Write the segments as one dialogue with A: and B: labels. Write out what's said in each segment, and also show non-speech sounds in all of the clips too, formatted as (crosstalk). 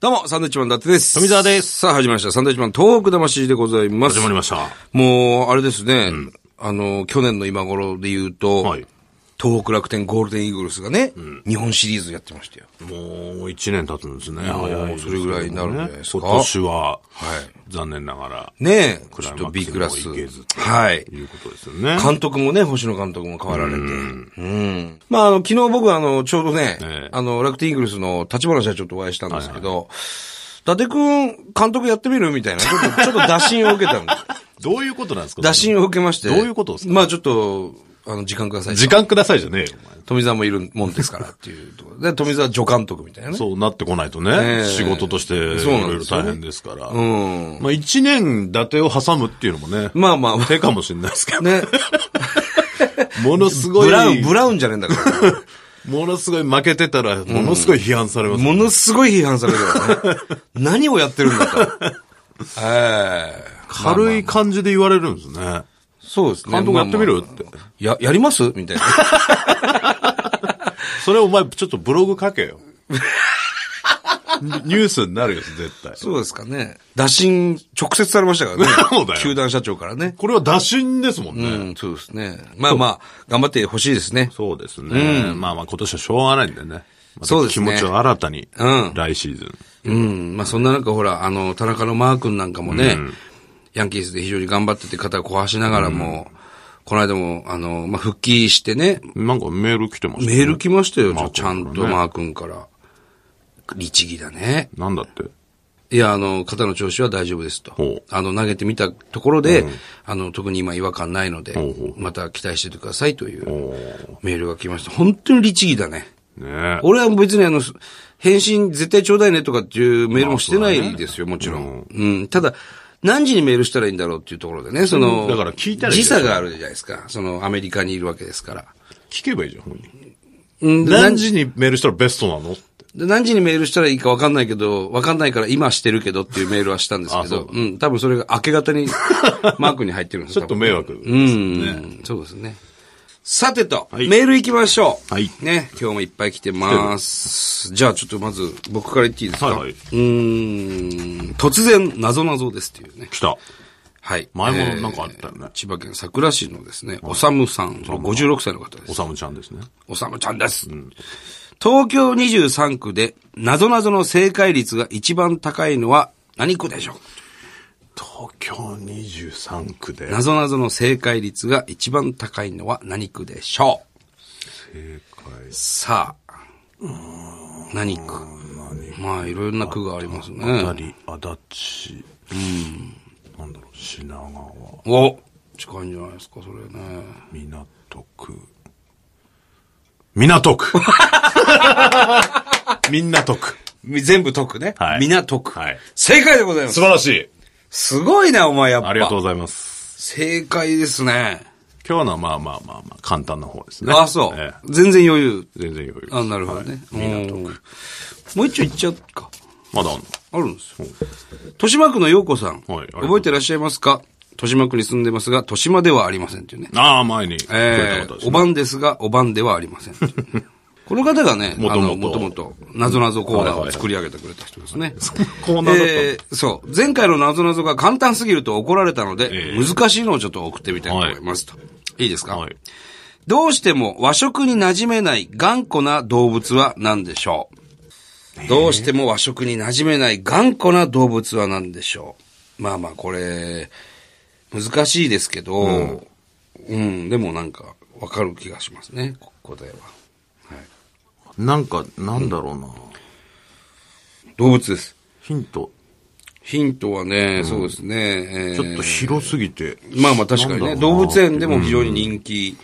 A: どうも、サンドイッチマン伊達です。。
B: 富澤です
A: さあ、始まりました。サンドイッチマン東北魂でございます。
B: 始まりました。
A: もう、あれですね、あの、去年の今頃で言うと、
B: はい
A: 東北楽天ゴールデンイーグルスがね、日本シリーズやってましたよ。
B: もう一年経つんですね。早いですね。
A: それぐらいになるんじゃないですか
B: 今年は、
A: い
B: 残念ながら、
A: ねえ、
B: ク
A: ち
B: ラ
A: ょっ
B: イ
A: と
B: マ
A: B
B: ックス
A: ク
B: に
A: ラ
B: も
A: ス
B: 行けず。
A: はい。
B: いうことですよね。
A: 監督もね、星野監督も変わられて。うん。まあ、あの、昨日僕はあの、ちょうどね、
B: ええ
A: あの、楽天イーグルスの立花社長とお会いしたんですけど、伊達くん、監督やってみるみたいな、ちょっと、ちょっと打診を受けたんです。
B: どういうことなんですか
A: 打診を受けまして。
B: どういうことですか
A: まあちょっと、あの、時間ください。
B: 時間くださいじゃねえよ、お前
A: 富澤もいるもんですからっていうところで、富澤助監督みたいなね。
B: そうなってこないと
A: え
B: ね、
A: え
B: 仕事として、い
A: そうなん
B: ろい
A: で
B: ろ
A: すよ
B: 大変ですから。
A: うん。
B: まあ一年伊達を挟むっていうのもね、
A: まあま
B: 手かもしれないですけ
A: あ、
B: ど、
A: ね。
B: ものすごい、
A: ブラウン、ブラウンじゃねえんだから。
B: ものすごい負けてたら、ものすごい批判されますよ
A: ものすごい批判されるからね。
B: (laughs)
A: 何をやってるんだと。ええ
B: 軽い感じで言われるんですね。
A: そうですね。
B: 監督やってみるって
A: まあまあや、やりますみたいな。
B: (laughs) それお前ちょっとブログ書けよ。 (laughs) ニニュースになるよ、絶対。
A: そうですかね。打診、直接されましたからね。
B: (laughs) そうだよ
A: 球団社長からね。
B: これは打診ですもんね。
A: うん、そうですね。まあまあ、頑張ってほしいですね。
B: そうですね、まあまあ今年はしょうがないんでね。また
A: そうですね
B: 気持ちを新たに、
A: うん
B: 来シーズン。
A: うん。まあそんな中、ほら、あの、田中のマー君なんかもね、ヤンキースで非常に頑張ってて肩を壊しながらも、この間も、あの、まあ復帰してね、
B: なんかメール来てました、ね。
A: メール来ましたよ、ちょ
B: マー
A: ちゃ
B: 君から
A: ん
B: ね
A: とマー君から。律儀だね。
B: なんだって。
A: いや、あの、肩の調子は大丈夫です
B: ほ
A: と
B: う。
A: あの、投げてみたところで、あの、特に今違和感ないので
B: ほうほ、
A: また期待しててくださいとい
B: お
A: う
B: ー
A: メールが来ました。本当に律儀だね。
B: ねえ。
A: 俺は別にあの、返信絶対ちょうだいねとかっていうメールもしてないですよ、もちろん。うん。ただ、何時にメールしたらいいんだろうっていうところでね、その、
B: うんだから聞いたらいい
A: 時
B: よ
A: 差があるじゃないですか。その、アメリカにいるわけですから。
B: 聞けばいいじゃん、本人。
A: うん。
B: 何時にメールしたらベストなのって。
A: で何時にメールしたらいいか分かんないけど、分かんないから今してるけどっていうメールはしたんですけ
B: あそ
A: ど、
B: う
A: うん、多分それが明け方
B: (laughs)
A: にマークに入ってるんです
B: ちょっと迷
A: 惑。
B: 惑です
A: う
B: ね。
A: ん、そうですね。さてと、
B: はい
A: メール行きましょう。
B: はい
A: ね、今日もいっぱい来てます。じゃあちょっとまず僕から言っていいですか
B: はいはいう
A: ーん、突然、謎謎ですっていうね。
B: 来た。
A: はい。
B: 前もなんかあったよね
A: えー千葉県佐倉市のですね、おさむさん、56歳の方です
B: お。さむちゃんですね。
A: おさむちゃんです。東京23区で、なぞなぞの正解率が一番高いのは何区でしょ
B: 東京23区で
A: うなぞなぞの正解率が一番高いのは何区でしょう
B: 正解。
A: さあ、何区まあ、いろんな区があります
B: あ
A: ね。
B: たり、足立、なんだろう、品川、
A: お近いんじゃないですか、それね。
B: 港
A: (laughs)
B: 区。港区みんなと区。
A: み全部解くね。
B: はい
A: 港区、
B: はい
A: 正解でございます。
B: 晴らしい。
A: すごいな、お前やっぱ。
B: ありがとうございます。
A: 正解ですね。
B: 今日のはまあまあまあまあ、簡単な方ですね。
A: あ、そう、
B: え
A: 全然余裕。
B: え全然余裕です
A: あ、なるほどね。
B: はい港
A: うん
B: 区。
A: もう一丁行っちゃうか。
B: まだあんの
A: あるんですよ。豊島区の陽子さん。
B: はい
A: 覚えてらっしゃいますか豊島区に住んでますが、豊島ではありませんっていうね。
B: ああ、前にくれ
A: えー
B: た方です
A: お
B: ね。
A: ばんですが、おばんではありませんっていう
B: (laughs)
A: ね。この方がね、
B: も
A: あ
B: ともと
A: の、もともと、なぞなぞコーナーを作り上げてくれた人ですね。
B: (laughs) コーナーだったの
A: えーそう。前回のなぞなぞが簡単すぎると怒られたので、
B: えー
A: 難しいのをちょっと送ってみたいと思いますと。いいですか
B: はい。
A: どうしても和食に馴染めない頑固な動物は何でしょうどうしても和食に馴染めない頑固な動物は何でしょうまあまあこれ、難しいですけど、うん、でもなんかわかる気がしますね、こ答えは。
B: なんか、なんだろうな。
A: 動物です。
B: ヒント、
A: ヒントはね、そうですね、えー
B: ちょっと広すぎて。
A: まあまあ確かにね、
B: なんだろう
A: 動
B: な
A: 物園でも非常に人気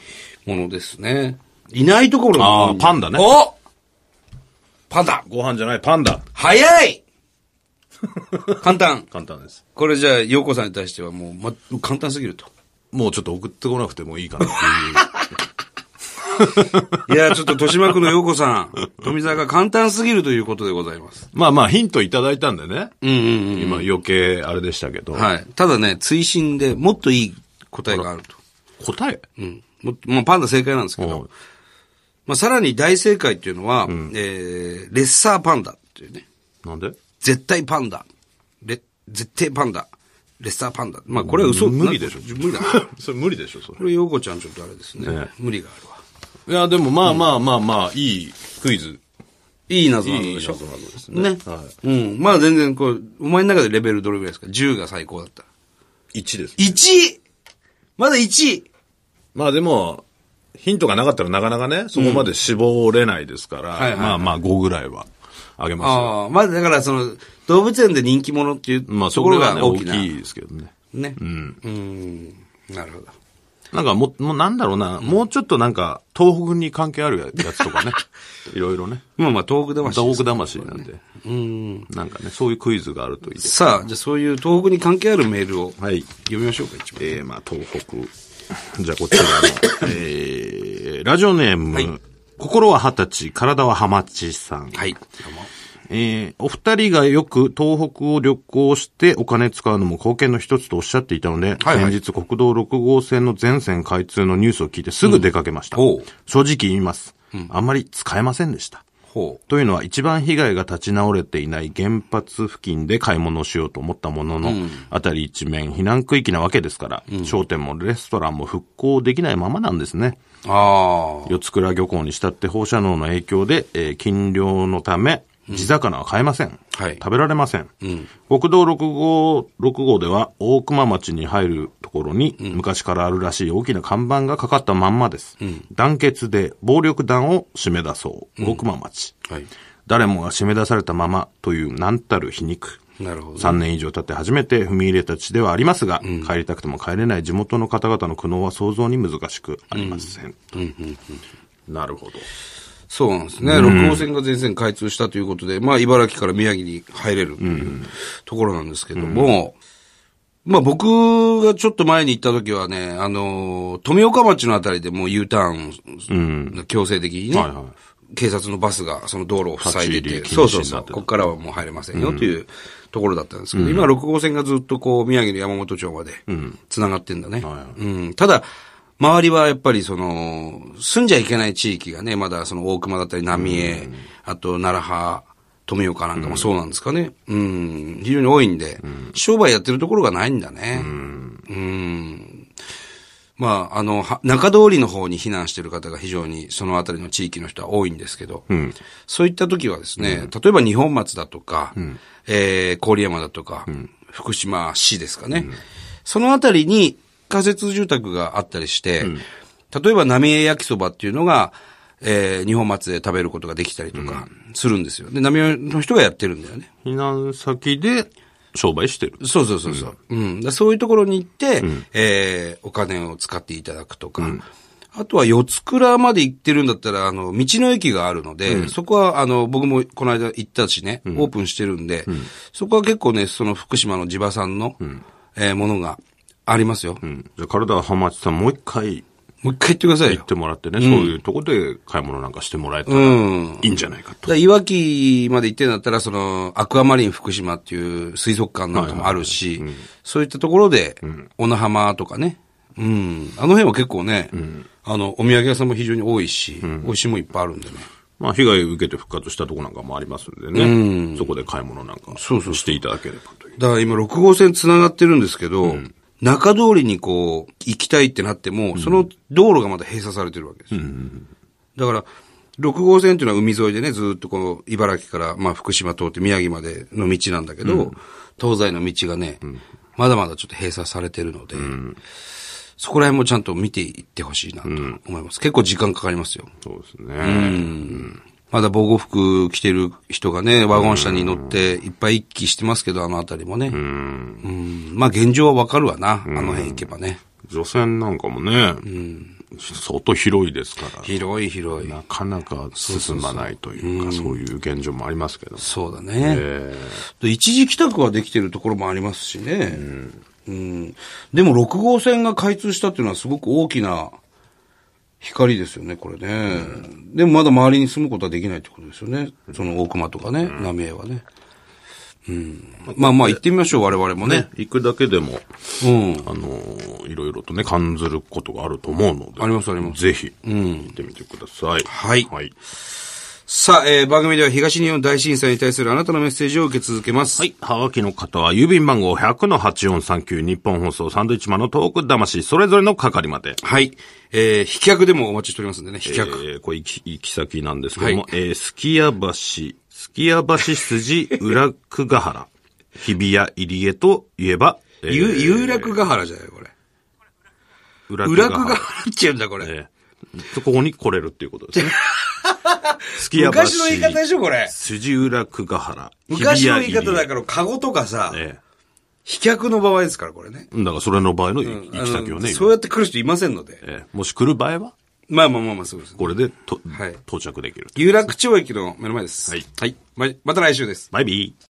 A: ものですね。いないところ
B: あーパンダね
A: おパンダ
B: ご飯じゃない、パンダ。
A: 早い簡単。
B: 簡単です。
A: これじゃあ、陽子さんに対してはもう、ま、簡単すぎると。
B: もうちょっと送ってこなくてもいいかなっていう。
A: いや、ちょっと豊島区の陽子さん、富澤が簡単すぎるということでございます。
B: まあまあ、ヒントいただいたんでね。
A: うんうん
B: 今余計あれでしたけど。
A: うん。はい。ただね、追伸でもっといい答えがあると。
B: 答え
A: うん。もっともうパンダ正解なんですけ
B: お
A: ど
B: う。
A: まあ、さらに大正解っていうのは、えー、レッサーパンダっていうね。
B: なんで
A: 絶対パンダ。レ、絶対パンダ。レッサーパンダ。まあ、これは嘘
B: 無理でしょ
A: な無理だな。
B: (laughs) それ無理でしょ、それ
A: こ。れ、ようこちゃんちょっとあれですね。
B: ね
A: 無理があるわ。
B: いや、でもまあまあまあまあ、いいクイズ。
A: いい謎なのでしょ
B: いい謎なのです
A: ね
B: ねは
A: うん。まあ全然、こう、お前の中でレベルどれぐらいですか ?10 が最高だった。
B: 1です。
A: 1! まだ 1!
B: まあでも、ヒントがなかったらなかなかね、そこまで絞れないですから、
A: はいはい
B: まあまあ5ぐらいはあげますよ。
A: ああ、まあだからその、動物園で人気者っていう
B: まあ
A: と
B: そ
A: こ
B: こ
A: ろ
B: が、ね、
A: が
B: 大
A: 大きな。
B: きいですけどね。
A: ね。うん。うん。なるほど。
B: なんかもう、もうなんだろうな、もうちょっとなんか、東北に関係あるやつとか (laughs) ね、いろいろね。
A: まあまあ、東北魂です
B: 東北魂なんで、なんかね、そういうクイズがあるといいです。
A: さあ、じゃあそういう東北に関係あるメールを
B: はい。
A: 読みましょうか、一番。
B: えー、まあ、東北。じゃあ、こちらの、えー、ラジオネーム、心は二十歳、体はハマチさん。
A: はい。
B: えーお二人がよく東北を旅行してお金使うのも貢献の一つとおっしゃっていたので、
A: はいはい
B: 先日国道6号線の全線開通のニュースを聞いてすぐ出かけました。
A: うんおう
B: 正直言います、あんまり使えませんでした。
A: ほ
B: というのは一番被害が立ち直れていない原発付近で買い物をしようと思ったものの、あたり一面避難区域なわけですから、商店もレストランも復興できないままなんですね。
A: う。ああ。
B: 四つ倉漁港にしたって放射能の影響で、えー禁漁のため、地魚は買えません。
A: はい
B: 食べられません。国道6号、6号では大熊町に入るところに、昔からあるらしい大きな看板がかかったまんまです。団結で暴力団を締め出そう。大熊町。
A: はい。
B: 誰もが締め出されたままという何たる皮肉。
A: なるほど。
B: 3年以上経って初めて踏み入れた地ではありますが、帰りたくても帰れない地元の方々の苦悩は想像に難しくありません。なるほど。
A: そうなんですね。6号線が全線開通したということで、まあ、茨城から宮城に入れるというところなんですけども、まあ、僕がちょっと前に行った時はね、あのー、富岡町のあたりでもう U ターン、強制的にね、
B: はいはい
A: 警察のバスがその道路を塞いでて、
B: 立ち
A: そ
B: 入
A: うそ
B: り禁止になってた
A: うそう、ここからはもう入れませんよというところだったんですけど、今6号線がずっとこう、宮城の山本町まで、繋がってんだね。
B: はいはい
A: うん、ただ、周りはやっぱりその、住んじゃいけない地域がね、まだその大熊だったり浪江、あと奈良派、富岡なんかもそうなんですかね。うん、非常に多いんで、商売やってるところがないんだね。うん。まあ、あの、は中通りの方に避難してる方が非常にその辺りの地域の人は多いんですけど、そういった時はですね、例えば二本松だとか、えー、郡山だとか、福島市ですかね、その辺りに仮設住宅があったりして、例えば浪江焼きそばっていうのが、えー、二本松で食べることができたりとかするんですよ。で、浪江の人がやってるんだよね。
B: 避難先で商売してる。
A: そうそうそうそう。うん。だからそういうところに行って、えーお金を使っていただくとか、あとは四つ倉まで行ってるんだったら、あの、道の駅があるので、そこは、あの、僕もこの間行ったしね、オープンしてるんで、そこは結構ね、その福島の地場産の、えーものがありますよ。
B: うん。じゃあ、体は浜地さんもう一回
A: もう一回言ってください
B: 行
A: よ
B: っ。てもらってね、そういうとこで買い物なんかしてもらえたら
A: う
B: い
A: ん。
B: いんじゃないか
A: だからいわきまで行ってんだったら、その、アクアマリン福島っていう水族館なんかもあるし、そういったところで、小名浜とかね、うん、あの辺は結構ね、あの、お土産屋さんも非常に多いし、美味しいもんいっぱいあるんでね。
B: まあ、被害を受けて復活したとこなんかもありますんでね。そこで買い物なんかしていただければという。
A: だから今、6号線繋がってるんですけど、中通りにこう、行きたいってなっても、その道路がまだ閉鎖されてるわけですよ。だから、6号線っていうのは海沿いでね、ずっとこの茨城から、まあ福島通って宮城までの道なんだけど、東西の道がね、まだまだちょっと閉鎖されてるので、そこら辺もちゃんと見ていってほしいなと思います。結構時間かかりますよ。
B: そうですね。
A: まだ防護服着てる人がね、ワゴン車に乗っていっぱい一気してますけど、あの辺りもね。うんまあ現状はわかるわな、あの辺行けばね。
B: 除染なんかもね、相当広いですから。
A: 広い広い。
B: なかなか進まないというか、そういう現状もありますけど。
A: そうだね。
B: え
A: で一時帰宅はできてるところもありますしね。うん。でも6号線が開通したっていうのはすごく大きな光ですよね、これね。でもまだ周りに住むことはできないってことですよね。その大熊とかね、浪江はね。うん。まあまあ行ってみましょう、我々もね。
B: ー行くだけでも、
A: うん。
B: あのーいろいろとね、感ずることがあると思うので。
A: ありますあります
B: ぜひ、行ってみてください。
A: はい
B: はい。
A: さあ、えー、番組では東日本大震災に対するあなたのメッセージを受け続けます。
B: はい。はがきの方は、郵便番号100-8439、日本放送サンドイッチマンのトーク魂、それぞれの係まで。
A: はい。えー、飛脚でもお待ちしておりますんでね、飛
B: え
A: 脚。
B: ー、これ行き、行き先なんですけども、
A: はい
B: えー、すきや橋、すきや橋筋裏久
A: (laughs)
B: ヶ原、日比谷入江といえば、えー
A: ゆ有楽ヶ原じゃないこれ。
B: 裏
A: 裏
B: 久
A: 久
B: ヶ
A: ヶ
B: 原。
A: 原っちゅうんだ、これ。
B: えー、ここに来れるっていうことで
A: (laughs)
B: すね。すきや橋、
A: 昔の言い方でしょ、これ。
B: 筋裏久ヶ原、
A: 昔の言い方だ
B: か
A: から、カゴとかさ、
B: え
A: 飛脚の場合ですから、これね。
B: ーだからそれの場合の行き行き先をね、
A: あの
B: 今
A: そうやって来る人いませんので。
B: えーもし来る場合は、
A: まあまあまあまあ、そうです。
B: これでと、
A: はい
B: 到着できる。
A: 有楽町駅の目の前です。
B: はい
A: はい。ままた来週です。
B: バイビー。